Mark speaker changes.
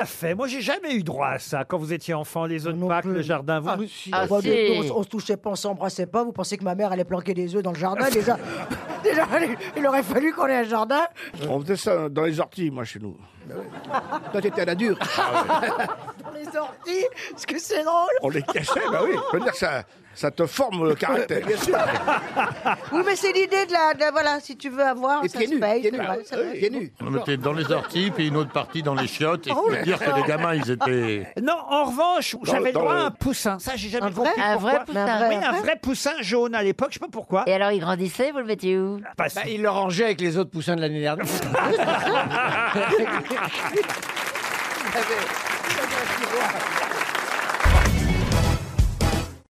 Speaker 1: à fait. Moi, j'ai jamais eu droit à ça. Quand vous étiez enfant, les zones Pâques, le jardin, vous. vous-
Speaker 2: Ah, bah, de- on, on se touchait pas, on s'embrassait pas. Vous pensez que ma mère allait planquer des œufs dans le jardin déjà Déjà, il aurait fallu qu'on ait un jardin.
Speaker 3: On faisait ça dans les orties, moi, chez nous. Bah Toi, t'étais à la dure.
Speaker 2: Pour les sorties, parce que c'est drôle.
Speaker 3: On les cachait, bah oui. Je veux dire, ça, ça te forme le caractère. Bien sûr.
Speaker 2: Oui, mais c'est l'idée de la, de la- Voilà, si tu veux avoir,
Speaker 3: Et
Speaker 2: ça
Speaker 3: pieds
Speaker 2: se
Speaker 3: nus,
Speaker 2: paye.
Speaker 3: pieds
Speaker 2: c'est
Speaker 3: nus,
Speaker 2: vrai, c'est
Speaker 3: euh,
Speaker 2: vrai.
Speaker 3: pieds nus.
Speaker 4: On le mettait dans les orties, puis une autre partie dans les chiottes. Et je
Speaker 2: Oh
Speaker 4: peux
Speaker 2: là
Speaker 4: dire que
Speaker 2: là.
Speaker 4: les gamins, ils étaient.
Speaker 1: Non, en revanche, j'avais
Speaker 3: dans
Speaker 1: droit à
Speaker 3: le-
Speaker 1: un poussin. Ça, j'ai jamais
Speaker 2: Un vrai
Speaker 1: compris.
Speaker 5: Un vrai
Speaker 1: pourquoi.
Speaker 2: Mais un
Speaker 5: poussin.
Speaker 2: vrai-
Speaker 1: Oui, un vrai poussin jaune à l'époque, je sais pas pourquoi.
Speaker 5: Et alors, il grandissait, vous le mettiez où
Speaker 1: Pas si-
Speaker 6: Bah, il le rangeait avec les autres poussins de l'année dernière.